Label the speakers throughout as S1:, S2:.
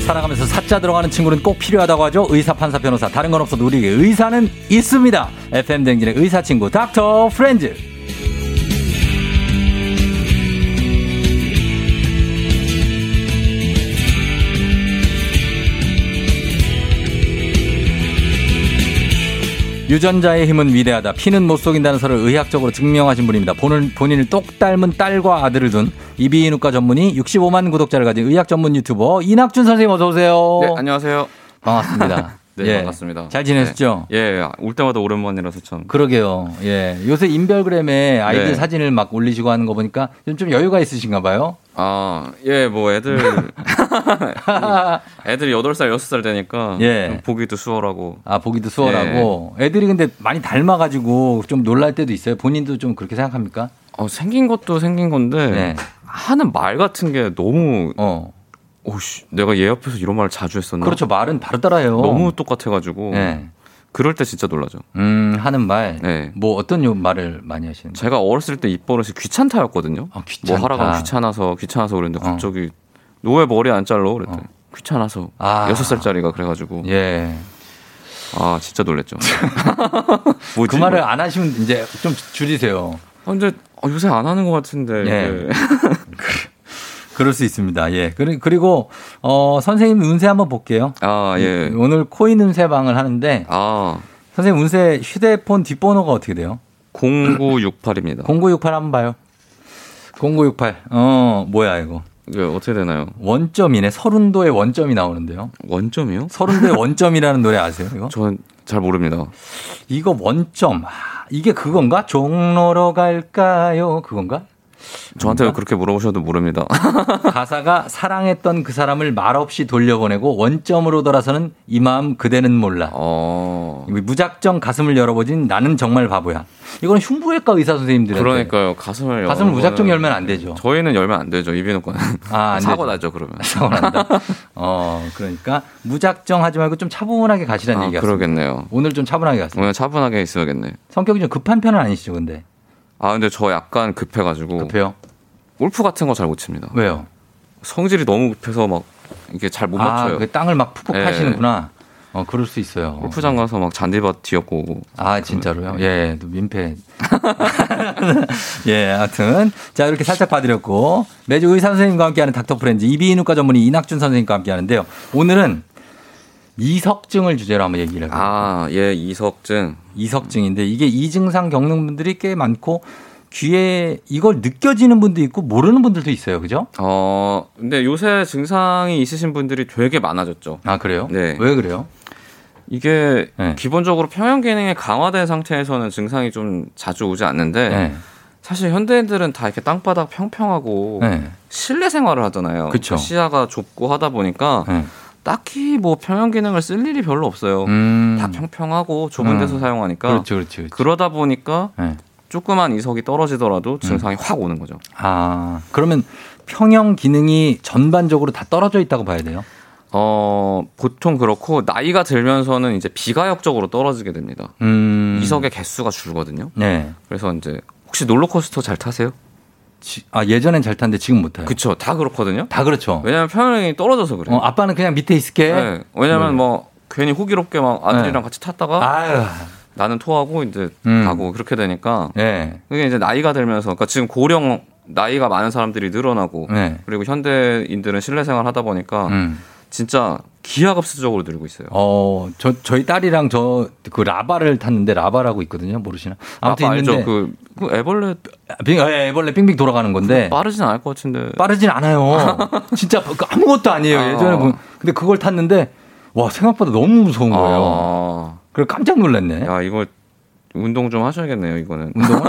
S1: 사자 들어가는 친구는 꼭 필요하다고 하죠. 의사, 판사, 변호사. 다른 건 없어도 우리에게 의사는 있습니다. FM 댕진의 의사 친구 닥터 프렌즈. 유전자의 힘은 위대하다. 피는 못 속인다는 설을 의학적으로 증명하신 분입니다. 본인, 본인을 똑 닮은 딸과 아들을 둔 이비인후과 전문의 65만 구독자를 가진 의학 전문 유튜버 이낙준 선생님 어서 오세요.
S2: 네, 안녕하세요.
S1: 반갑습니다.
S2: 네,
S1: 예.
S2: 반갑습니다.
S1: 잘 지내셨죠?
S2: 네. 예, 올 때마다 오랜만이라서 참.
S1: 그러게요. 예. 요새 인별그램에 아이들
S2: 네.
S1: 사진을 막 올리시고 하는 거 보니까 요즘 좀 여유가 있으신가 봐요.
S2: 아, 예, 뭐 애들 음. 애들이 8살, 6살 되니까
S1: 예.
S2: 좀 보기도 수월하고.
S1: 아, 보기도 수월하고.
S2: 예.
S1: 애들이 근데 많이 닮아가지고 좀 놀랄 때도 있어요. 본인도 좀 그렇게 생각합니까?
S2: 어, 생긴 것도 생긴 건데
S1: 네.
S2: 하는 말 같은 게 너무
S1: 어.
S2: 오씨, 내가 얘 앞에서 이런 말을 자주 했었나?
S1: 그렇죠. 말은 바로 따라해요.
S2: 너무 똑같아 가지고.
S1: 예.
S2: 그럴 때 진짜 놀라죠.
S1: 음, 하는 말.
S2: 네.
S1: 뭐 어떤 요 말을 많이 하시는 거예요?
S2: 제가 어렸을 때 입버릇이 귀찮다였거든요.
S1: 아, 귀찮다.
S2: 뭐 하라고 하면 귀찮아서 귀찮아서 그랬는데
S1: 어.
S2: 갑자기 너 왜 머리 안 잘라? 그랬더니 어. 귀찮아서
S1: 아.
S2: 여섯 살짜리가 그래가지고
S1: 예.
S2: 아 진짜 놀랬죠. 뭐지?
S1: 그 말을 안 하시면 이제 좀 줄이세요.
S2: 아, 근데 어, 요새 안 하는 것 같은데.
S1: 예.
S2: 예.
S1: 그럴 수 있습니다. 예. 그리- 그리고, 어, 선생님 운세 한번 볼게요.
S2: 아 예.
S1: 오늘 코인 운세방을 하는데,
S2: 아
S1: 선생님 운세 휴대폰 뒷번호가 어떻게 돼요?
S2: 0968입니다.
S1: 0968 한번 봐요. 0968. 어, 뭐야, 이거.
S2: 이게 네, 어떻게 되나요?
S1: 원점이네. 서른도의 원점이 나오는데요.
S2: 원점이요?
S1: 서른도의 원점이라는 노래 아세요? 이거?
S2: 저는 잘 모릅니다.
S1: 이거 원점. 아, 이게 그건가? 종로로 갈까요? 그건가?
S2: 저한테 그렇게 물어보셔도 모릅니다.
S1: 가사가 사랑했던 그 사람을 말없이 돌려보내고 원점으로 돌아서는 이 마음 그대는 몰라.
S2: 어.
S1: 무작정 가슴을 열어보진 나는 정말 바보야. 이건 흉부외과 의사 선생님들한테
S2: 그러니까요. 네, 가슴을
S1: 가슴을
S2: 여는
S1: 무작정
S2: 거는
S1: 열면 안 되죠.
S2: 저희는 열면 안 되죠. 이비인후과는
S1: 아, 안
S2: 사고
S1: 되죠.
S2: 나죠 그러면.
S1: 사고 난다. 어, 그러니까 무작정 하지 말고 좀 차분하게 가시라는
S2: 아,
S1: 얘기 같습니다.
S2: 그러겠네요.
S1: 오늘 좀 차분하게 갔어요.
S2: 오늘 차분하게 있어야겠네.
S1: 성격이 좀 급한 편은 아니시죠, 근데.
S2: 아 근데 저 약간 급해가지고
S1: 뭐. 급해요?
S2: 골프 같은 거 잘 못 칩니다.
S1: 왜요?
S2: 성질이 너무 급해서 막 이게 잘 못
S1: 아,
S2: 맞춰요.
S1: 그 땅을 막 푹푹
S2: 예.
S1: 파시는구나. 어, 그럴 수 있어요.
S2: 골프장 가서 막 잔디밭 뒤엎고 오고.
S1: 아, 진짜로요? 예, 또 민폐. 예, 하여튼. 자, 이렇게 살짝 봐드렸고, 매주 의사 선생님과 함께하는 닥터 프렌즈, 이비인후과 전문의 이낙준 선생님과 함께하는데요. 오늘은 이석증을 주제로 한번 얘기를 해볼게요.
S2: 아, 예, 이석증.
S1: 이석증인데, 이게 이 증상 겪는 분들이 꽤 많고, 귀에 이걸 느껴지는 분도 있고, 모르는 분들도 있어요. 그죠?
S2: 어, 근데 요새 증상이 있으신 분들이 되게 많아졌죠.
S1: 아, 그래요?
S2: 네.
S1: 왜 그래요?
S2: 이게
S1: 네.
S2: 기본적으로 평형 기능이 강화된 상태에서는 증상이 좀 자주 오지 않는데
S1: 네.
S2: 사실 현대인들은 다 이렇게 땅바닥 평평하고
S1: 네.
S2: 실내 생활을 하잖아요.
S1: 그쵸.
S2: 그 시야가 좁고 하다 보니까
S1: 네.
S2: 딱히 뭐 평형 기능을 쓸 일이 별로 없어요.
S1: 음.
S2: 뭐 다 평평하고 좁은
S1: 음.
S2: 데서 사용하니까
S1: 그렇죠, 그렇죠. 그렇죠.
S2: 그러다 보니까
S1: 네.
S2: 조그만 이석이
S1: 음.
S2: 떨어지더라도 증상이 확 오는 거죠.
S1: 아, 그러면 평형 기능이 전반적으로 다 떨어져 있다고 봐야 돼요?
S2: 어, 보통 그렇고 나이가 들면서는 이제 비가역적으로 떨어지게 됩니다.
S1: 음.
S2: 이석의 개수가 줄거든요.
S1: 네.
S2: 그래서 이제 혹시 롤러코스터 잘 타세요?
S1: 지- 아, 예전엔 잘 탔는데 지금 못 타요.
S2: 그쵸, 다 그렇거든요.
S1: 다 그렇죠.
S2: 왜냐면 평형이 떨어져서 그래요.
S1: 네. 어, 예? 아빠는 그냥 밑에 있을게.
S2: 네, 왜냐면 뭐 괜히 호기롭게 막 아들이랑 같이 탔다가
S1: 네. 아유.
S2: 나는 토하고 이제
S1: 음.
S2: 가고 그렇게 되니까
S1: 네.
S2: 그게 이제 나이가 들면서 그러니까 지금 고령 나이가 많은 사람들이 늘어나고
S1: 네.
S2: 그리고 현대인들은 실내 생활 하다 보니까
S1: 음.
S2: 진짜 기하급수적으로 늘고 있어요.
S1: 어, 저, 저희 딸이랑 저 그 라바를 탔는데 라바라고 있거든요. 모르시나? 아무튼
S2: 아,
S1: 있는데.
S2: 알죠. 그, 그 애벌레
S1: 빙, 예, 애벌레 빙빙 돌아가는 건데.
S2: 네. 빠르진 않을 것 같은데.
S1: 빠르진 않아요. 진짜 그 아무것도 아니에요.
S2: 아.
S1: 예전에 보면. 근데 그걸 탔는데 와, 생각보다 너무 무서운 거예요.
S2: 아,
S1: 그래 깜짝 놀랐네.
S2: 야 이거 운동 좀 하셔야겠네요. 이거는
S1: 운동을?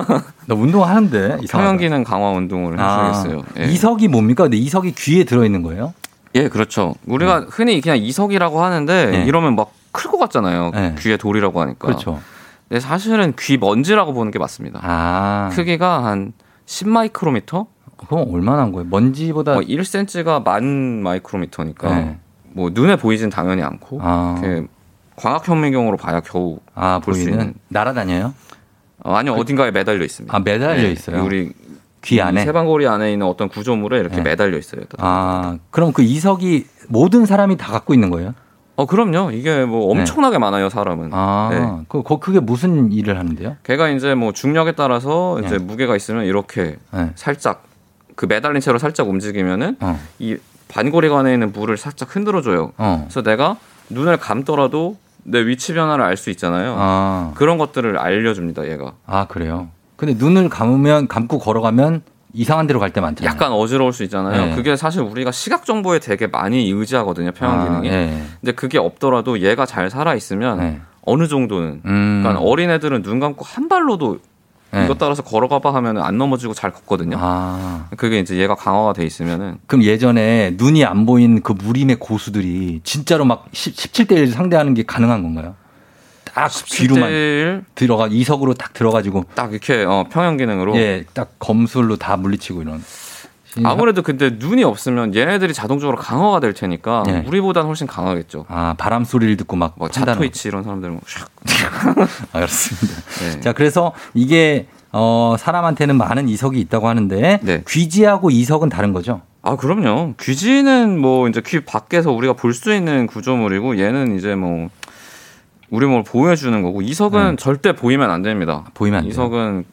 S1: 나 운동하는데.
S2: 평형 기능 강화 운동을 해주겠어요.
S1: 아,
S2: 예.
S1: 이석이 뭡니까? 근데 이석이 귀에 들어있는 거예요?
S2: 예, 그렇죠. 우리가 흔히 그냥 이석이라고 하는데
S1: 네.
S2: 이러면 막 클 것 같잖아요.
S1: 네.
S2: 귀에 돌이라고 하니까. 그러니까.
S1: 그렇죠.
S2: 근데 사실은 귀 먼지라고 보는 게 맞습니다.
S1: 아.
S2: 크기가 한 10마이크로미터?
S1: 그럼 얼마나 한 거예요? 먼지보다.
S2: 뭐 1cm가 만 마이크로미터니까
S1: 네.
S2: 뭐 눈에 보이진 당연히 않고
S1: 아,
S2: 이렇게 광학현미경으로 봐야 겨우
S1: 아
S2: 볼수
S1: 보이는.
S2: 있는.
S1: 날아다녀요?
S2: 어, 아니요 어딘가에 매달려 있습니다.
S1: 아, 매달려
S2: 네,
S1: 있어요?
S2: 우리
S1: 귀 안에?
S2: 음, 세방고리 안에 있는 어떤 구조물에 이렇게
S1: 네.
S2: 매달려 있어요.
S1: 아, 그럼 그 이석이 모든 사람이 다 갖고 있는 거예요?
S2: 어 그럼요. 이게 뭐 엄청나게 많아요 사람은.
S1: 네. 아,
S2: 네.
S1: 그, 거- 그게 무슨 일을 하는데요?
S2: 걔가 이제 뭐 중력에 따라서 이제 무게가 있으면 이렇게
S1: 네.
S2: 살짝 그 매달린 채로 살짝 움직이면은
S1: 어,
S2: 이 반고리관에 있는 물을 살짝 흔들어줘요.
S1: 어.
S2: 그래서 내가 눈을 감더라도 내 위치 변화를 알 수 있잖아요.
S1: 아,
S2: 그런 것들을 알려줍니다. 얘가
S1: 아, 그래요. 근데 눈을 감으면, 감고 걸어가면 이상한 데로 갈 때 많잖아요.
S2: 약간 어지러울 수 있잖아요.
S1: 네.
S2: 그게 사실 우리가 시각 정보에 되게 많이 의지하거든요. 평형
S1: 아,
S2: 기능이.
S1: 예.
S2: 근데 그게 없더라도 얘가 잘 살아 있으면
S1: 네.
S2: 어느 정도는
S1: 음.
S2: 그러니까 어린 애들은 눈 감고 한 발로도
S1: 네.
S2: 이것 따라서 걸어가봐 하면 안 넘어지고 잘 걷거든요.
S1: 아.
S2: 그게 이제 얘가 강화가 돼 있으면은
S1: 그럼 예전에 눈이 안 보인 그 무림의 고수들이 진짜로 막 17대 1 상대하는 게 가능한 건가요? 딱 아, 뒤로만
S2: 스틸
S1: 들어가 이석으로 딱 들어가지고
S2: 딱 이렇게 어, 평형 기능으로
S1: 예, 딱 검술로 다 물리치고 이런.
S2: 아무래도 근데 눈이 없으면 얘네들이 자동적으로 강화가 될 테니까
S1: 네.
S2: 우리보단 훨씬 강하겠죠.
S1: 아, 바람 소리를 듣고 막 아,
S2: 뭐
S1: 판단하고.
S2: 자토이치 이런 사람들은 뭐 샥.
S1: 알았습니다.
S2: 네.
S1: 자, 그래서 이게 어, 사람한테는 많은 이석이 있다고 하는데
S2: 네.
S1: 귀지하고 이석은 다른 거죠?
S2: 아 그럼요. 귀지는 뭐 이제 귀 밖에서 우리가 볼 수 있는 구조물이고 얘는 이제 뭐 우리 몸을 보호해주는 거고
S1: 음.
S2: 이석은 절대 보이면 안 됩니다.
S1: 보이면 안 돼요.
S2: 이석은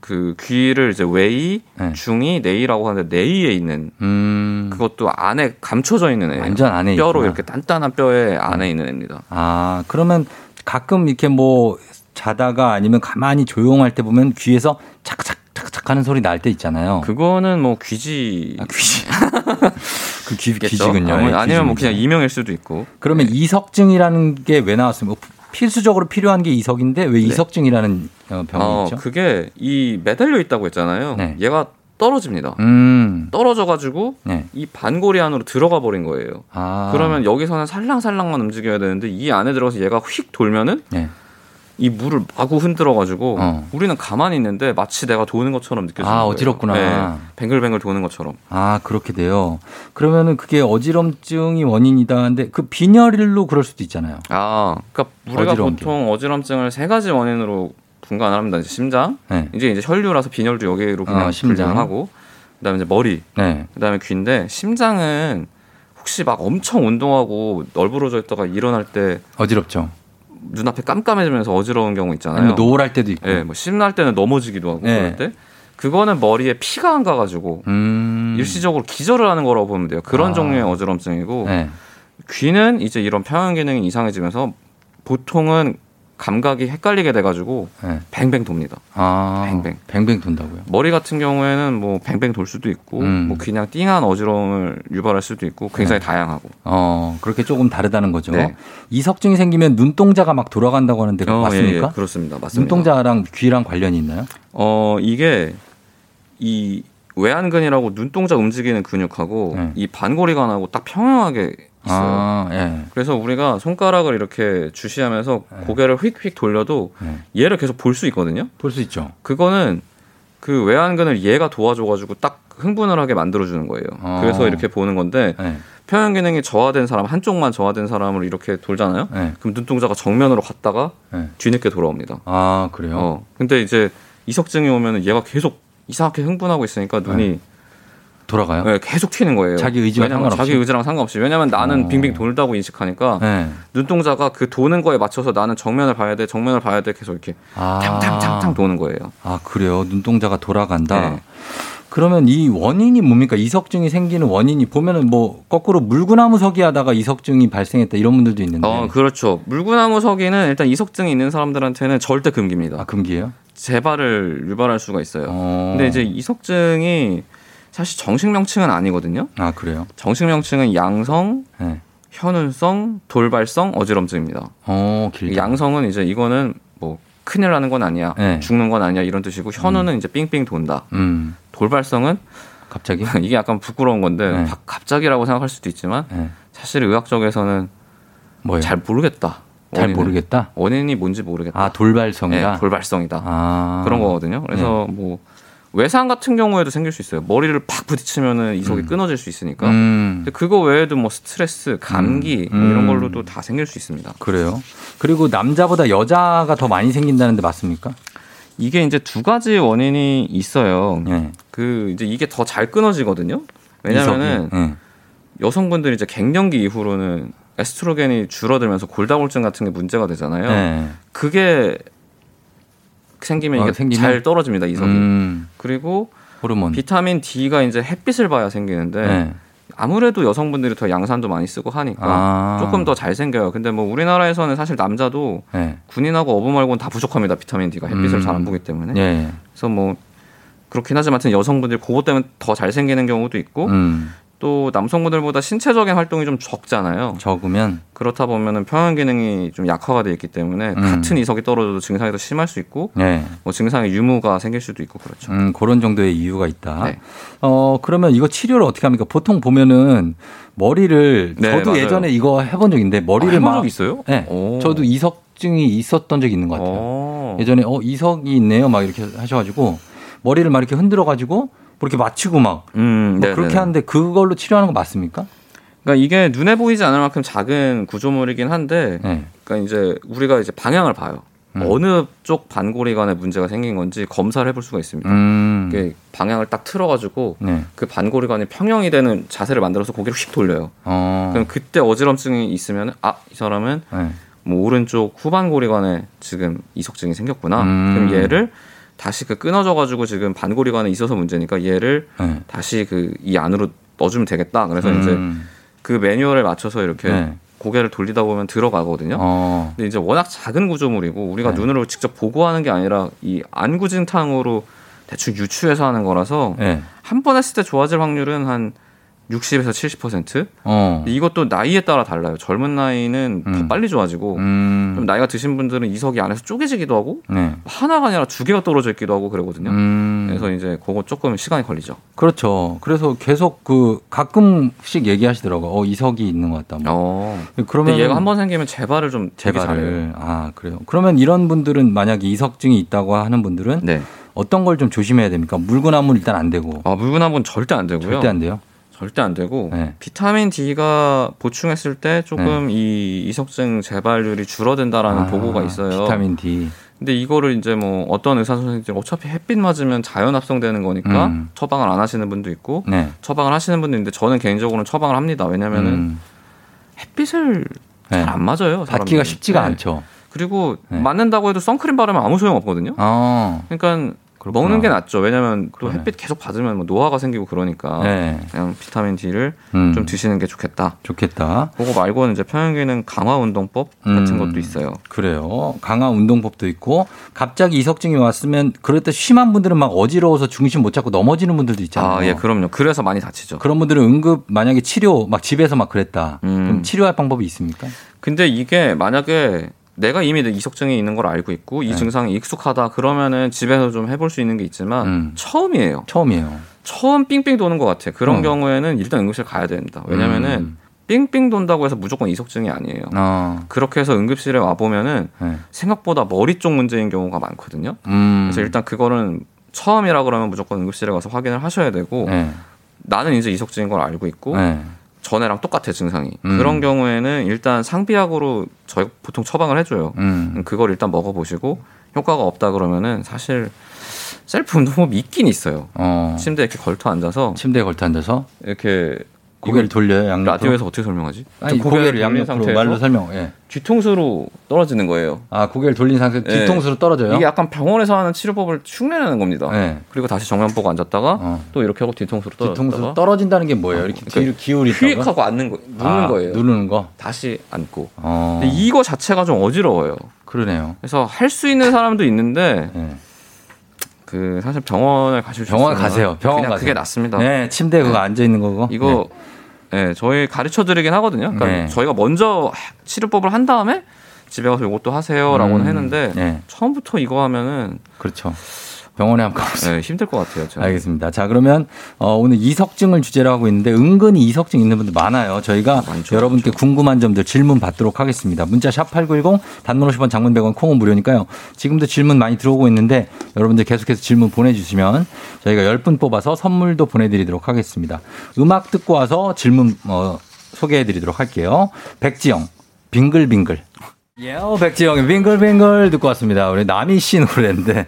S2: 그 귀를 이제 외이,
S1: 네.
S2: 중이, 내이라고 하는데 내이에 있는
S1: 음.
S2: 그것도 안에 감춰져 있는 애예요.
S1: 완전 안에 있구나.
S2: 뼈로
S1: 음.
S2: 이렇게 단단한 뼈에 안에 있는 애입니다.
S1: 아, 그러면 가끔 이렇게 뭐 자다가 아니면 가만히 조용할 때 보면 귀에서 착착 착착 하는 소리 날 때 있잖아요.
S2: 그거는 뭐 귀지
S1: 아, 귀지. 그 귀,
S2: 겠죠.
S1: 귀지군요. 예,
S2: 아니면
S1: 귀지군요.
S2: 뭐 그냥 이명일 네. 수도 있고.
S1: 그러면 이석증이라는 게 왜 나왔습니까? 뭐 필수적으로 필요한 게 이석인데 왜 이석증이라는 어, 병이
S2: 네. 어,
S1: 있죠?
S2: 그게 이 매달려 있다고 했잖아요.
S1: 네.
S2: 얘가 떨어집니다.
S1: 음.
S2: 떨어져가지고
S1: 네.
S2: 이 반고리 안으로 들어가 버린 거예요.
S1: 아.
S2: 그러면 여기서는 살랑살랑만 움직여야 되는데 이 안에 들어가서 얘가 휙 돌면은
S1: 네.
S2: 이 물을 마구 흔들어가지고
S1: 어.
S2: 우리는 가만히 있는데 마치 내가 도는 것처럼 느껴지는
S1: 아,
S2: 거예요. 네.
S1: 어지럽구나.
S2: 뱅글뱅글 도는 것처럼.
S1: 아, 그렇게 돼요. 그러면은 그게 어지럼증이 원인이다 하는데 그 빈혈일로 그럴 수도 있잖아요.
S2: 아, 그러니까 우리가
S1: 어지러운 게.
S2: 보통 어지럼증을 세 가지 원인으로 분간을 합니다. 이제 심장,
S1: 네.
S2: 이제 이제 혈류라서 빈혈도 여기로
S1: 아,
S2: 그냥
S1: 심장.
S2: 분류하고 그다음에 이제 머리,
S1: 네.
S2: 그다음에 귀인데 심장은 혹시 막 엄청 운동하고 널브러져 있다가 일어날 때
S1: 어지럽죠.
S2: 눈앞에 깜깜해지면서 어지러운 경우 있잖아요.
S1: 아니면 노을할 때도 있고.
S2: 예, 뭐 심날 때는 넘어지기도 하고
S1: 네.
S2: 그럴 때 그거는 머리에 피가 안 가가지고
S1: 음.
S2: 일시적으로 기절을 하는 거라고 보면 돼요. 그런
S1: 아.
S2: 종류의 어지럼증이고
S1: 네.
S2: 귀는 이제 이런 평형 기능이 이상해지면서 보통은 감각이 헷갈리게 돼가지고
S1: 네.
S2: 뱅뱅 돕니다.
S1: 아.
S2: 뱅뱅.
S1: 뱅뱅 돈다고요.
S2: 머리 같은 경우에는 뭐 뱅뱅 돌 수도 있고
S1: 음. 네.
S2: 뭐 그냥 띵한 어지러움을 유발할 수도 있고 굉장히 다양하고
S1: 어, 그렇게 조금 다르다는 거죠.
S2: 네.
S1: 이석증이 생기면 눈동자가 막 돌아간다고 하는데 그거
S2: 어,
S1: 맞습니까?
S2: 예, 예, 그렇습니다. 맞습니다.
S1: 눈동자랑 귀랑 관련이 있나요?
S2: 어 이게 이 외안근이라고 눈동자 움직이는 근육하고
S1: 네.
S2: 이 반고리관하고 딱 평행하게 있어요.
S1: 아, 예.
S2: 그래서 우리가 손가락을 이렇게 주시하면서 고개를 휙휙 돌려도
S1: 네.
S2: 얘를 계속 볼 수 있거든요.
S1: 볼 수 있죠.
S2: 그거는 그 외안근을 얘가 도와줘가지고 딱 흥분을 하게 만들어주는 거예요.
S1: 아.
S2: 그래서 이렇게 보는 건데
S1: 예.
S2: 평형 기능이 저하된 사람 한쪽만 저하된 사람을 이렇게 돌잖아요.
S1: 예.
S2: 그럼 눈동자가 정면으로 갔다가
S1: 예.
S2: 뒤늦게 돌아옵니다.
S1: 아, 그래요?
S2: 어. 근데 이제 이석증이 오면 얘가 계속 이상하게 흥분하고 있으니까 눈이
S1: 돌아가요?
S2: 네, 계속 튀는 거예요.
S1: 자기 의지와
S2: 왜냐면
S1: 상관없이?
S2: 자기 의지랑 상관없이. 왜냐면 나는
S1: 어.
S2: 빙빙 돌다고 인식하니까
S1: 예.
S2: 눈동자가 그 도는 거에 맞춰서 나는 정면을 봐야 돼, 정면을 봐야 돼 계속 이렇게
S1: 아.
S2: 탕탕탕탕 도는 거예요.
S1: 아, 그래요? 눈동자가 돌아간다?
S2: 네.
S1: 그러면 이 원인이 뭡니까? 이석증이 생기는 원인이 보면은 뭐 거꾸로 물구나무 서기 하다가 이석증이 발생했다 이런 분들도 있는데.
S2: 어, 그렇죠. 물구나무 서기는 일단 이석증이 있는 사람들한테는 절대 금기입니다.
S1: 아, 금기예요
S2: 재발을 유발할 수가 있어요.
S1: 어.
S2: 네. 근데 이제 이석증이 사실 정식 명칭은 아니거든요.
S1: 아, 그래요?
S2: 정식 명칭은 양성,
S1: 예.
S2: 현운성, 돌발성 어지럼증입니다.
S1: 어, 길다.
S2: 양성은 이제 이거는 뭐 큰일 나는 건 아니야,
S1: 네.
S2: 죽는 건 아니야 이런 뜻이고 현운은 이제 삥삥 돈다.
S1: 음.
S2: 돌발성은
S1: 갑자기?
S2: 이게 약간 부끄러운 건데
S1: 네.
S2: 바- 갑자기라고 생각할 수도 있지만
S1: 예.
S2: 사실 의학적에서는
S1: 뭐예요?
S2: 잘 모르겠다.
S1: 네. 잘
S2: 원인은.
S1: 모르겠다.
S2: 원인이 뭔지 모르겠다.
S1: 아 돌발성이라.
S2: 네, 돌발성이다.
S1: 아 네.
S2: 그런 거거든요. 그래서 뭐 외상 같은 경우에도 생길 수 있어요. 머리를 팍 부딪히면은 이속이 끊어질 수 있으니까.
S1: 음,
S2: 근데 그거 외에도 뭐 스트레스, 감기
S1: 음.
S2: 이런 걸로도 다 생길 수 있습니다.
S1: 그래요. 그리고 남자보다 여자가 더 많이 생긴다는데 맞습니까?
S2: 이게 이제 두 가지 원인이 있어요.
S1: 예.
S2: 그 이제 이게 더 잘 끊어지거든요. 왜냐면은
S1: 이석이. 예.
S2: 여성분들이 이제 갱년기 이후로는 에스트로겐이 줄어들면서 골다공증 같은 게 문제가 되잖아요.
S1: 네.
S2: 그게 생기면
S1: 어,
S2: 이게
S1: 생기면?
S2: 잘 떨어집니다 이성이.
S1: 음,
S2: 그리고
S1: 호르몬.
S2: 비타민 D가 이제 햇빛을 봐야 생기는데
S1: 네.
S2: 아무래도 여성분들이 더 양산도 많이 쓰고 하니까
S1: 아.
S2: 뭐 조금 더 잘 생겨요. 근데 뭐 우리나라에서는 사실 남자도
S1: 네.
S2: 군인하고 어부 말고는 다 부족합니다. 비타민 D가 햇빛을
S1: 음.
S2: 잘 안 보기
S1: 예,
S2: 때문에.
S1: 예.
S2: 그래서 뭐 그렇긴 하지만 하여튼 여성분들 그것 때문에 더 잘 생기는 경우도 있고
S1: 음,
S2: 또 남성분들보다 신체적인 활동이 좀 적잖아요.
S1: 적으면
S2: 그렇다 보면은 평형 기능이 좀 약화가 돼 있기 때문에
S1: 음.
S2: 같은 이석이 떨어져도 증상이 더 심할 수 있고
S1: 예.
S2: 뭐 증상의 유무가 생길 수도 있고 그렇죠.
S1: 음, 그런 정도의 이유가 있다.
S2: 네.
S1: 어, 그러면 이거 치료를 어떻게 합니까? 보통 보면은 머리를
S2: 네,
S1: 저도
S2: 맞아요.
S1: 예전에 이거 해본 적 있는데
S2: 아,
S1: 머리를
S2: 해본
S1: 막
S2: 적 있어요?
S1: 네.
S2: 오.
S1: 저도 이석증이 있었던 적이 있는 것 같아요.
S2: 오.
S1: 예전에 어 이석이 있네요 막 이렇게 하셔가지고 머리를 막 이렇게 흔들어 가지고 그렇게 맞추고 막
S2: 음,
S1: 뭐
S2: 네네네.
S1: 그렇게 하는데 그걸로 치료하는 거 맞습니까?
S2: 그러니까 이게 눈에 보이지 않을 만큼 작은 구조물이긴 한데
S1: 네.
S2: 그러니까 이제 우리가 이제 방향을 봐요.
S1: 음.
S2: 어느 쪽 반고리관에 문제가 생긴 건지 검사를 해볼 수가 있습니다.
S1: 음.
S2: 이게 방향을 딱 틀어가지고
S1: 네.
S2: 그러니까 그 반고리관이 평형이 되는 자세를 만들어서 고개를 휙 돌려요.
S1: 어.
S2: 그럼 그때 어지럼증이 있으면 아 이 사람은
S1: 네.
S2: 뭐 오른쪽 후반고리관에 지금 이석증이 생겼구나.
S1: 음.
S2: 그럼 얘를 다시 그 끊어져가지고 지금 반고리관에 있어서 문제니까 얘를
S1: 네.
S2: 다시 그 이 안으로 넣어주면 되겠다. 그래서 이제
S1: 음.
S2: 그 매뉴얼에 맞춰서 이렇게
S1: 네.
S2: 고개를 돌리다 보면 들어가거든요.
S1: 어.
S2: 근데 이제 워낙 작은 구조물이고 우리가
S1: 네.
S2: 눈으로 직접 보고 하는 게 아니라 이 안구진탕으로 대충 유추해서 하는 거라서
S1: 네.
S2: 한 번 했을 때 좋아질 확률은 한 60에서 70%.
S1: 어.
S2: 근데 이것도 나이에 따라 달라요. 젊은 나이는
S1: 음.
S2: 더 빨리 좋아지고
S1: 음.
S2: 좀 나이가 드신 분들은 이석이 안에서 쪼개지기도 하고
S1: 네.
S2: 하나가 아니라 두 개가 떨어져 있기도 하고 그러거든요.
S1: 음.
S2: 그래서 이제 그거 조금 시간이 걸리죠.
S1: 그렇죠. 그래서 계속 그 가끔씩 얘기하시더라고. 어 이석이 있는 것 같다. 뭐.
S2: 어.
S1: 그러면
S2: 근데 얘가 한 번 생기면 재발을 좀 되게 잘해요.
S1: 재발을 아 그래요. 그러면 이런 분들은 만약에 이석증이 있다고 하는 분들은
S2: 네.
S1: 어떤 걸 좀 조심해야 됩니까? 물구나무는 일단 안 되고
S2: 아, 물구나무는 절대 안 되고요. 어.
S1: 절대 안 돼요.
S2: 절대 안 되고
S1: 네.
S2: 비타민 D가 보충했을 때 조금 이 이석증 재발률이 줄어든다라는
S1: 아,
S2: 보고가 있어요.
S1: 비타민 D.
S2: 근데 이거를 이제 뭐 어떤 의사 선생님들 어차피 햇빛 맞으면 자연 합성되는 거니까
S1: 음.
S2: 처방을 안 하시는 분도 있고
S1: 네.
S2: 처방을 하시는 분도 있는데 저는 개인적으로는 처방을 합니다. 왜냐면은
S1: 음,
S2: 햇빛을
S1: 네.
S2: 잘 안 맞아요.
S1: 받기가
S2: 사람들이.
S1: 쉽지가
S2: 네.
S1: 않죠.
S2: 그리고
S1: 네.
S2: 맞는다고 해도 선크림 바르면 아무 소용 없거든요.
S1: 아,
S2: 그러니까
S1: 그렇구나.
S2: 먹는 게 낫죠. 왜냐면 또
S1: 그러네.
S2: 햇빛 계속 받으면 뭐 노화가 생기고 그러니까
S1: 네.
S2: 그냥 비타민 D를
S1: 음,
S2: 좀 드시는 게 좋겠다.
S1: 좋겠다.
S2: 그거 말고는 이제 평형기능 강화 운동법 같은
S1: 음.
S2: 것도 있어요.
S1: 그래요. 강화 운동법도 있고 갑자기 이석증이 왔으면 그랬다 심한 분들은 막 어지러워서 중심 못 잡고 넘어지는 분들도 있잖아요.
S2: 아, 예, 그럼요. 그래서 많이 다치죠.
S1: 런 분들은 응급 만약에 치료 막 집에서 막 그랬다.
S2: 음.
S1: 그럼 치료할 방법이 있습니까?
S2: 근데 이게 만약에 내가 이미 내 이석증이 있는 걸 알고 있고 이
S1: 네.
S2: 증상이 익숙하다 그러면은 집에서 좀 해볼 수 있는 게 있지만
S1: 음.
S2: 처음이에요.
S1: 처음이에요.
S2: 처음 삥삥 도는 것 같아. 그런
S1: 음.
S2: 경우에는 일단 응급실 가야 됩니다. 왜냐면은
S1: 음.
S2: 삥삥 돈다고 해서 무조건 이석증이 아니에요.
S1: 아,
S2: 그렇게 해서 응급실에 와 보면은
S1: 네.
S2: 생각보다 머리 쪽 문제인 경우가 많거든요.
S1: 음.
S2: 그래서 일단 그거는 처음이라 그러면 무조건 응급실에 가서 확인을 하셔야 되고
S1: 네.
S2: 나는 이제 이석증인 걸 알고 있고
S1: 네.
S2: 전에랑 똑같아 증상이
S1: 음.
S2: 그런 경우에는 일단 상비약으로 저희 보통 처방을 해줘요
S1: 음.
S2: 그걸 일단 먹어보시고 효과가 없다 그러면은 사실 셀프 운동법이 있긴 있어요
S1: 어.
S2: 침대에 이렇게 걸터 앉아서
S1: 침대에 걸터 앉아서
S2: 이렇게
S1: 고개를
S2: 이걸
S1: 돌려요 양옆으로.
S2: 그러니까 라디오에서 어떻게 설명하지?
S1: 아니,
S2: 고개를
S1: 고개를
S2: 돌린
S1: 양옆으로
S2: 상태에서?
S1: 말로 설명. 예.
S2: 뒤통수로 떨어지는 거예요
S1: 아 고개를 돌린 상태
S2: 예.
S1: 뒤통수로 떨어져요.
S2: 이게 약간 병원에서 하는 치료법을 흉내내는 겁니다
S1: 예.
S2: 그리고 다시 정면 보고 앉았다가
S1: 어.
S2: 또 이렇게 하고 뒤통수로
S1: 뒤통수
S2: 떨어졌다가
S1: 떨어진다는 게 뭐예요? 이렇게
S2: 그러니까
S1: 뒤를 기울이다가
S2: 휙 하고 앉는 거 누는
S1: 아,
S2: 거예요
S1: 누르는 거.
S2: 다시 앉고
S1: 어.
S2: 근데 이거 자체가 좀 어지러워요.
S1: 그러네요.
S2: 그래서 할 수 있는 사람도 있는데
S1: 예.
S2: 그 사실 병원에 가실 수
S1: 병원
S2: 있으면
S1: 가세요. 병원
S2: 그냥
S1: 가세요.
S2: 그게 낫습니다.
S1: 네, 침대에 그거 앉아 있는 거고.
S2: 이거 예, 저희 가르쳐 드리긴 하거든요. 그러니까
S1: 네.
S2: 저희가 먼저 치료법을 한 다음에 집에 가서 이것도 하세요라고는
S1: 음,
S2: 했는데
S1: 네.
S2: 처음부터 이거 하면은
S1: 네, 그렇죠. 병원에 한번 가보세요.
S2: 예, 힘들 것 같아요. 저는.
S1: 알겠습니다. 자, 그러면 어, 오늘 이석증을 주제로 하고 있는데 은근히 이석증 있는 분들 많아요. 저희가
S2: 많죠,
S1: 여러분께 궁금한 점들 질문 받도록 하겠습니다. 문자 샵 8910 단문 50원 장문 100원 콩은 무료니까요. 지금도 질문 많이 들어오고 있는데 여러분들 계속해서 질문 보내주시면 저희가 10분 뽑아서 선물도 보내드리도록 하겠습니다. 음악 듣고 와서 질문 어, 소개해드리도록 할게요. 백지영, 빙글빙글. 예, 어, 백지영의 빙글빙글 듣고 왔습니다. 우리 남희 씨 노래인데.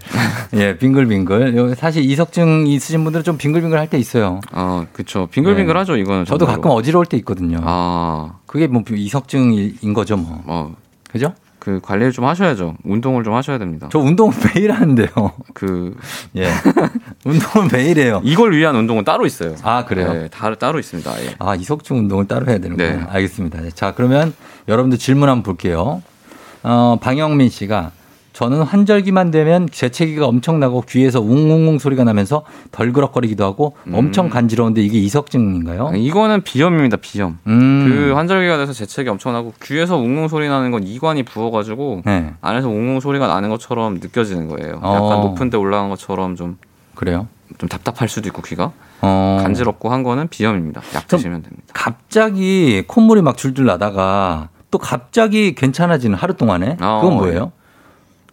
S1: 예, 빙글빙글. 요, 사실 이석증 있으신 분들은 좀 빙글빙글 할 때 있어요.
S2: 아, 그쵸. 빙글빙글하죠, 이거는.
S1: 네. 저도
S2: 정말로.
S1: 가끔 어지러울 때 있거든요.
S2: 아,
S1: 그게 뭐 이석증인 거죠, 뭐.
S2: 어,
S1: 그죠?
S2: 그 관리를 좀 하셔야죠. 운동을 좀 하셔야 됩니다.
S1: 저 운동은 매일 하는데요.
S2: 그
S1: 예. 운동은 매일 해요.
S2: 이걸 위한 운동은 따로 있어요.
S1: 아, 그래요?
S2: 네, 다, 따로 있습니다. 예.
S1: 아, 이석증 운동을 따로 해야 되는구나.
S2: 네.
S1: 알겠습니다. 자, 그러면 여러분들 질문 한번 볼게요. 어, 방영민 씨가 저는 환절기만 되면 재채기가 엄청나고 귀에서 웅웅웅 소리가 나면서 덜그럭거리기도 하고
S2: 음.
S1: 엄청 간지러운데 이게 이석증인가요?
S2: 이거는 비염입니다. 비염.
S1: 어? 음.
S2: 그 환절기가 돼서 재채기 엄청 나고 귀에서 웅웅 소리 나는 건 이관이 부어가지고
S1: 네,
S2: 안에서 웅웅 소리가 나는 것처럼 느껴지는 거예요.
S1: 어.
S2: 약간 높은 데 올라간 것처럼 좀,
S1: 그래요.
S2: 좀 답답할 수도 있고 귀가
S1: 어,
S2: 간지럽고 한 거는 비염입니다. 약
S1: 그럼-
S2: 드시면 됩니다.
S1: 갑자기 콧물이 막 줄줄 나다가 또 갑자기 괜찮아지는 하루 동안에
S2: 아,
S1: 그건 뭐예요?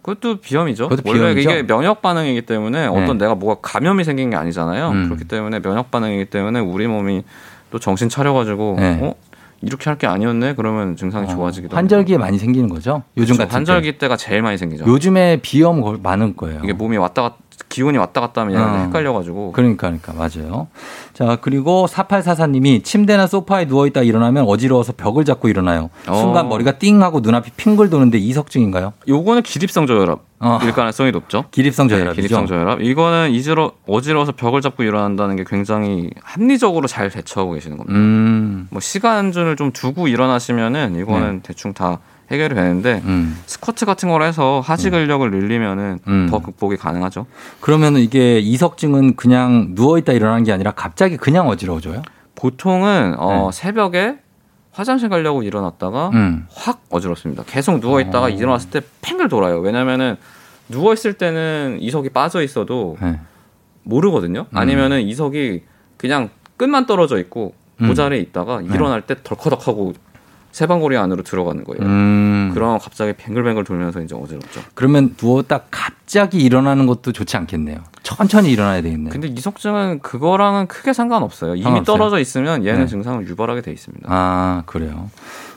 S2: 그것도 비염이죠.
S1: 그것도
S2: 원래
S1: 비염이죠? 네.
S2: 이게 면역 반응이기 때문에 어떤 내가 뭐가 감염이 생긴 게 아니잖아요.
S1: 음.
S2: 그렇기 때문에 면역 반응이기 때문에 우리 몸이 또 정신 차려가지고
S1: 네.
S2: 어 이렇게 할 게 아니었네 그러면 증상이
S1: 어,
S2: 좋아지기도
S1: 환절기에 많이 생기는 거죠? 요즘
S2: 하고. 그렇죠.
S1: 같은 때.
S2: 환절기 때가 제일 많이 생기죠.
S1: 요즘에 비염 거- 많을 거예요.
S2: 이게 몸이 왔다 갔다 기운이 왔다 갔다 하면 얘네들
S1: 어.
S2: 헷갈려가지고
S1: 그러니까, 그러니까, 맞아요. 자, 그리고 4844님이 침대나 소파에 누워있다 일어나면 어지러워서 벽을 잡고 일어나요.
S2: 어.
S1: 순간 머리가 띵 하고 눈앞이 핑글 도는데 이석증인가요?
S2: 요거는 기립성 저혈압일
S1: 어.
S2: 가능성이 높죠.
S1: 기립성
S2: 네,
S1: 저혈압이죠.
S2: 기립성 저혈압. 이거는 이지러 어지러워서 벽을 잡고 일어난다는 게 굉장히 합리적으로 잘 대처하고 계시는 겁니다.
S1: 음,
S2: 뭐 시간준을 좀 두고 일어나시면은
S1: 네.
S2: 이거는 대충 다 해결이 되는데
S1: 음.
S2: 스쿼트 같은 걸 해서 하지 근력을 늘리면은
S1: 음.
S2: 더 극복이 가능하죠.
S1: 그러면 이게 이석증은 그냥 누워있다 일어나는 게 아니라 갑자기 그냥 어지러워져요?
S2: 보통은 어, 새벽에 화장실 가려고 일어났다가
S1: 네. 음.
S2: 확 어지럽습니다. 계속 누워 있다가 일어났을 때 팽글 돌아요. 왜냐면은 누워 있을 때는 이석이 빠져 있어도
S1: 네.
S2: 모르거든요.
S1: 음.
S2: 아니면은 이석이 그냥 끝만 떨어져 있고
S1: 음.
S2: 모자리에 있다가 일어날 때 덜커덕하고 세방고리 안으로 들어가는 거예요.
S1: 음.
S2: 그럼 갑자기 뱅글뱅글 돌면서 이제 어지럽죠.
S1: 그러면 누웠다 갑자기 일어나는 것도 좋지 않겠네요. 천천히 일어나야 되겠네요.
S2: 근데 이석증은 그거랑은 크게 상관없어요. 이미
S1: 상관없어요?
S2: 떨어져 있으면 얘는
S1: 네.
S2: 증상을 유발하게 돼 있습니다.
S1: 아, 그래요.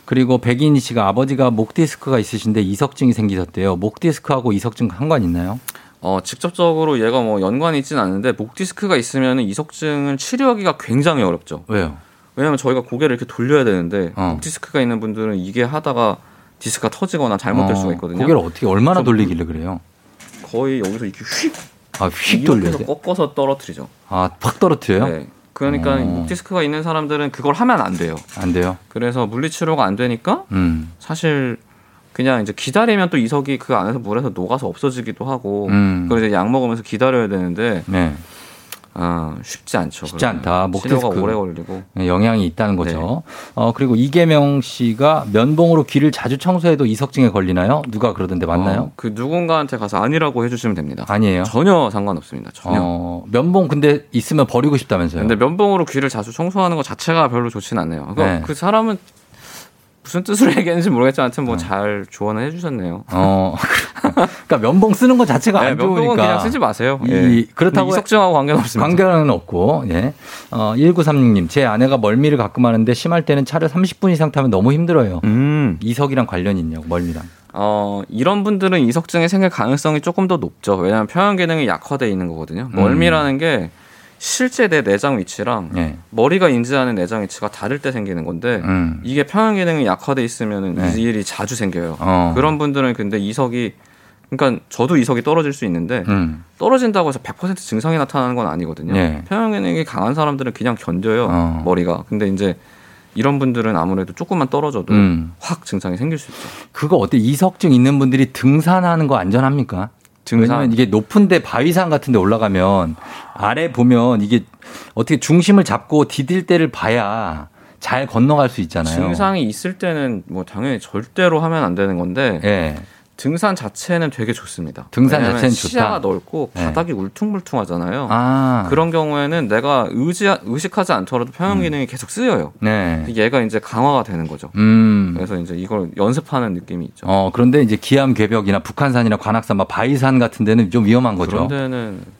S1: 그리고 백인희 씨가 아버지가 목 디스크가 있으신데 이석증이 생기셨대요. 목 디스크하고 이석증 상관 있나요?
S2: 어, 직접적으로 얘가 뭐 연관이 있진 않은데 목 디스크가 있으면 이석증을 치료하기가 굉장히 어렵죠.
S1: 왜요?
S2: 왜냐면 저희가 고개를 이렇게 돌려야 되는데
S1: 어.
S2: 목 디스크가 있는 분들은 이게 하다가 디스크가 터지거나 잘못될
S1: 어,
S2: 수가 있거든요.
S1: 고개를 어떻게 얼마나
S2: 좀-
S1: 돌리길래 그래요?
S2: 거의 여기서 이렇게 휙
S1: 아, 휙 돌려야
S2: 이렇게서
S1: 돼.
S2: 꺾어서 떨어뜨리죠.
S1: 아, 팍 떨어뜨려요?
S2: 네. 그러니까
S1: 어.
S2: 목 디스크가 있는 사람들은 그걸 하면 안 돼요.
S1: 안 돼요.
S2: 그래서 물리 치료가 안 되니까
S1: 음.
S2: 사실 그냥 이제 기다리면 또 이석이 그 안에서 물에서 녹아서 없어지기도 하고
S1: 음.
S2: 그걸 이제 약 먹으면서 기다려야 되는데
S1: 네.
S2: 아 쉽지 않죠.
S1: 쉽지
S2: 그러면.
S1: 않다. 목
S2: 치료가
S1: 디스크.
S2: 오래 걸리고
S1: 영향이 있다는 거죠.
S2: 네.
S1: 어, 그리고 이계명 씨가 면봉으로 귀를 자주 청소해도 이석증에 걸리나요? 누가 그러던데 맞나요?
S2: 어, 그 누군가한테 가서 아니라고 해주시면 됩니다.
S1: 아니에요.
S2: 전혀 상관없습니다. 전혀.
S1: 어, 면봉 근데 있으면 버리고 싶다면서요.
S2: 근데 면봉으로 귀를 자주 청소하는 것 자체가 별로 좋진 않네요. 그러니까
S1: 네.
S2: 그 사람은 무슨 뜻으로 얘기했는지 모르겠지만 하여튼
S1: 네.
S2: 뭐 잘 조언을 해주셨네요.
S1: 어. 그러니까 면봉 쓰는 것 자체가
S2: 네,
S1: 안
S2: 면봉은
S1: 좋으니까.
S2: 그냥 쓰지 마세요.
S1: 이-
S2: 예.
S1: 그렇다고
S2: 이석증하고 관계는 없습니다.
S1: 관계는 없고, 예. 어, 1936님, 제 아내가 멀미를 가끔 하는데 심할 때는 차를 30분 이상 타면 너무 힘들어요.
S2: 음.
S1: 이석이랑 관련이 있냐고, 멀미랑.
S2: 어, 이런 분들은 이석증이 생길 가능성이 조금 더 높죠. 왜냐하면 표현 기능이 약화되어 있는
S1: 음.
S2: 거거든요. 멀미라는 게 실제 내 내장 위치랑
S1: 예.
S2: 머리가 인지하는 내장 위치가 다를 때 생기는 건데
S1: 음.
S2: 이게 표현 기능이 약화돼 있으면
S1: 네.
S2: 이 일이 자주 생겨요.
S1: 어.
S2: 그런 분들은 근데 이석이 그러니까 저도 이석이 떨어질 수 있는데
S1: 음.
S2: 떨어진다고 해서 100% 증상이 나타나는 건 아니거든요.
S1: 예.
S2: 표현 기능이 강한 사람들은 그냥 견뎌요.
S1: 어.
S2: 머리가. 근데 이제 이런 분들은 아무래도 조금만 떨어져도
S1: 음.
S2: 확 증상이 생길 수 있죠.
S1: 그거 어때? 이석증 있는 분들이 등산하는 거 안전합니까? 왜냐면 이게 높은데 바위산 같은데 올라가면 아래 보면 이게 어떻게 중심을 잡고 디딜 때를 봐야 잘 건너갈 수 있잖아요.
S2: 증상이 있을 때는 뭐 당연히 절대로 하면 안 되는 건데
S1: 예.
S2: 등산 자체는 되게 좋습니다.
S1: 등산
S2: 왜냐면
S1: 자체는 좋다.
S2: 시야가 넓고
S1: 네.
S2: 바닥이 울퉁불퉁하잖아요.
S1: 아. 음.
S2: 그런 경우에는 내가 의지 의식하지 않더라도 평형 기능이 계속 쓰여요.
S1: 네.
S2: 얘가 이제 강화가 되는 거죠.
S1: 음.
S2: 그래서 이제 이걸 연습하는 느낌이 있죠.
S1: 어, 그런데 이제 기암 괴벽이나 북한산이나 관악산, 막 바위산 같은 데는 좀 위험한 거죠.
S2: 그런 데는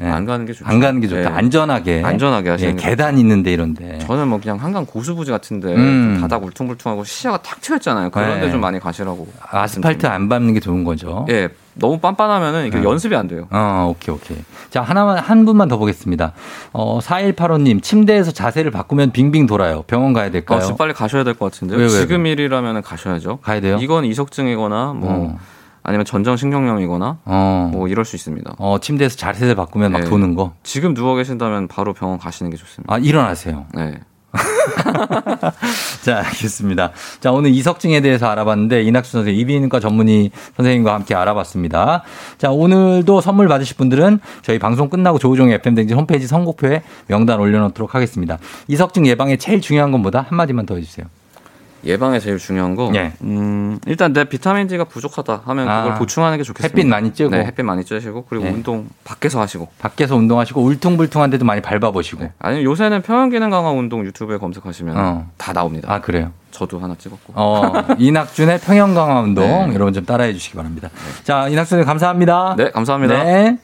S1: 예.
S2: 안 가는 게 좋죠.
S1: 안 가는 게 좋다.
S2: 예.
S1: 안전하게.
S2: 안전하게 하시는
S1: 예,
S2: 게
S1: 계단 있는데 이런데.
S2: 저는 뭐 그냥 한강 고수부지 같은데
S1: 음.
S2: 좀 바닥 울퉁불퉁하고 시야가 탁 트였잖아요. 그런데
S1: 네.
S2: 좀 많이 가시라고.
S1: 아스팔트 안 밟는 게 좋은 거죠.
S2: 예, 너무 빤빤하면은 이게
S1: 네.
S2: 연습이 안 돼요.
S1: 아, 오케이, 오케이. 자, 하나만, 한 분만 더 보겠습니다. 어, 4185님, 침대에서 자세를 바꾸면 빙빙 돌아요. 병원 가야 될까요?
S2: 아, 지금 빨리 가셔야 될 것 같은데요.
S1: 왜, 왜, 왜?
S2: 지금 일이라면 가셔야죠.
S1: 가야 돼요?
S2: 이건 이석증이거나 뭐
S1: 어,
S2: 아니면 전정신경염이거나
S1: 어,
S2: 뭐 이럴 수 있습니다.
S1: 어, 침대에서 자세를 바꾸면 막
S2: 네.
S1: 도는 거.
S2: 지금 누워 계신다면 바로 병원 가시는 게 좋습니다.
S1: 아, 일어나세요.
S2: 네.
S1: 자, 알겠습니다. 자, 오늘 이석증에 대해서 알아봤는데, 이낙수 선생, 이비인후과 전문의 선생님과 함께 알아봤습니다. 자, 오늘도 선물 받으실 분들은 저희 방송 끝나고 조우종의 FM댕진 홈페이지 선곡표에 명단 올려놓도록 하겠습니다. 이석증 예방에 제일 중요한 건 뭐다? 한마디만 더 해주세요.
S2: 예방에 제일 중요한 거.
S1: 예.
S2: 음, 일단 내 비타민 D가 부족하다 하면 그걸
S1: 아,
S2: 보충하는 게 좋겠습니다.
S1: 햇빛 많이 쬐고.
S2: 네, 햇빛 많이 쬐시고 그리고
S1: 예.
S2: 운동 밖에서 하시고.
S1: 밖에서 운동하시고 울퉁불퉁한 데도 많이 밟아보시고.
S2: 아니면 요새는 평형 기능 강화 운동 유튜브에 검색하시면
S1: 어.
S2: 다 나옵니다.
S1: 아 그래요.
S2: 저도 하나 찍었고.
S1: 어 이낙준의 평형 강화 운동
S2: 네.
S1: 여러분 좀 따라해 주시기 바랍니다. 자 이낙준 선생님 감사합니다.
S2: 네, 감사합니다.
S1: 네.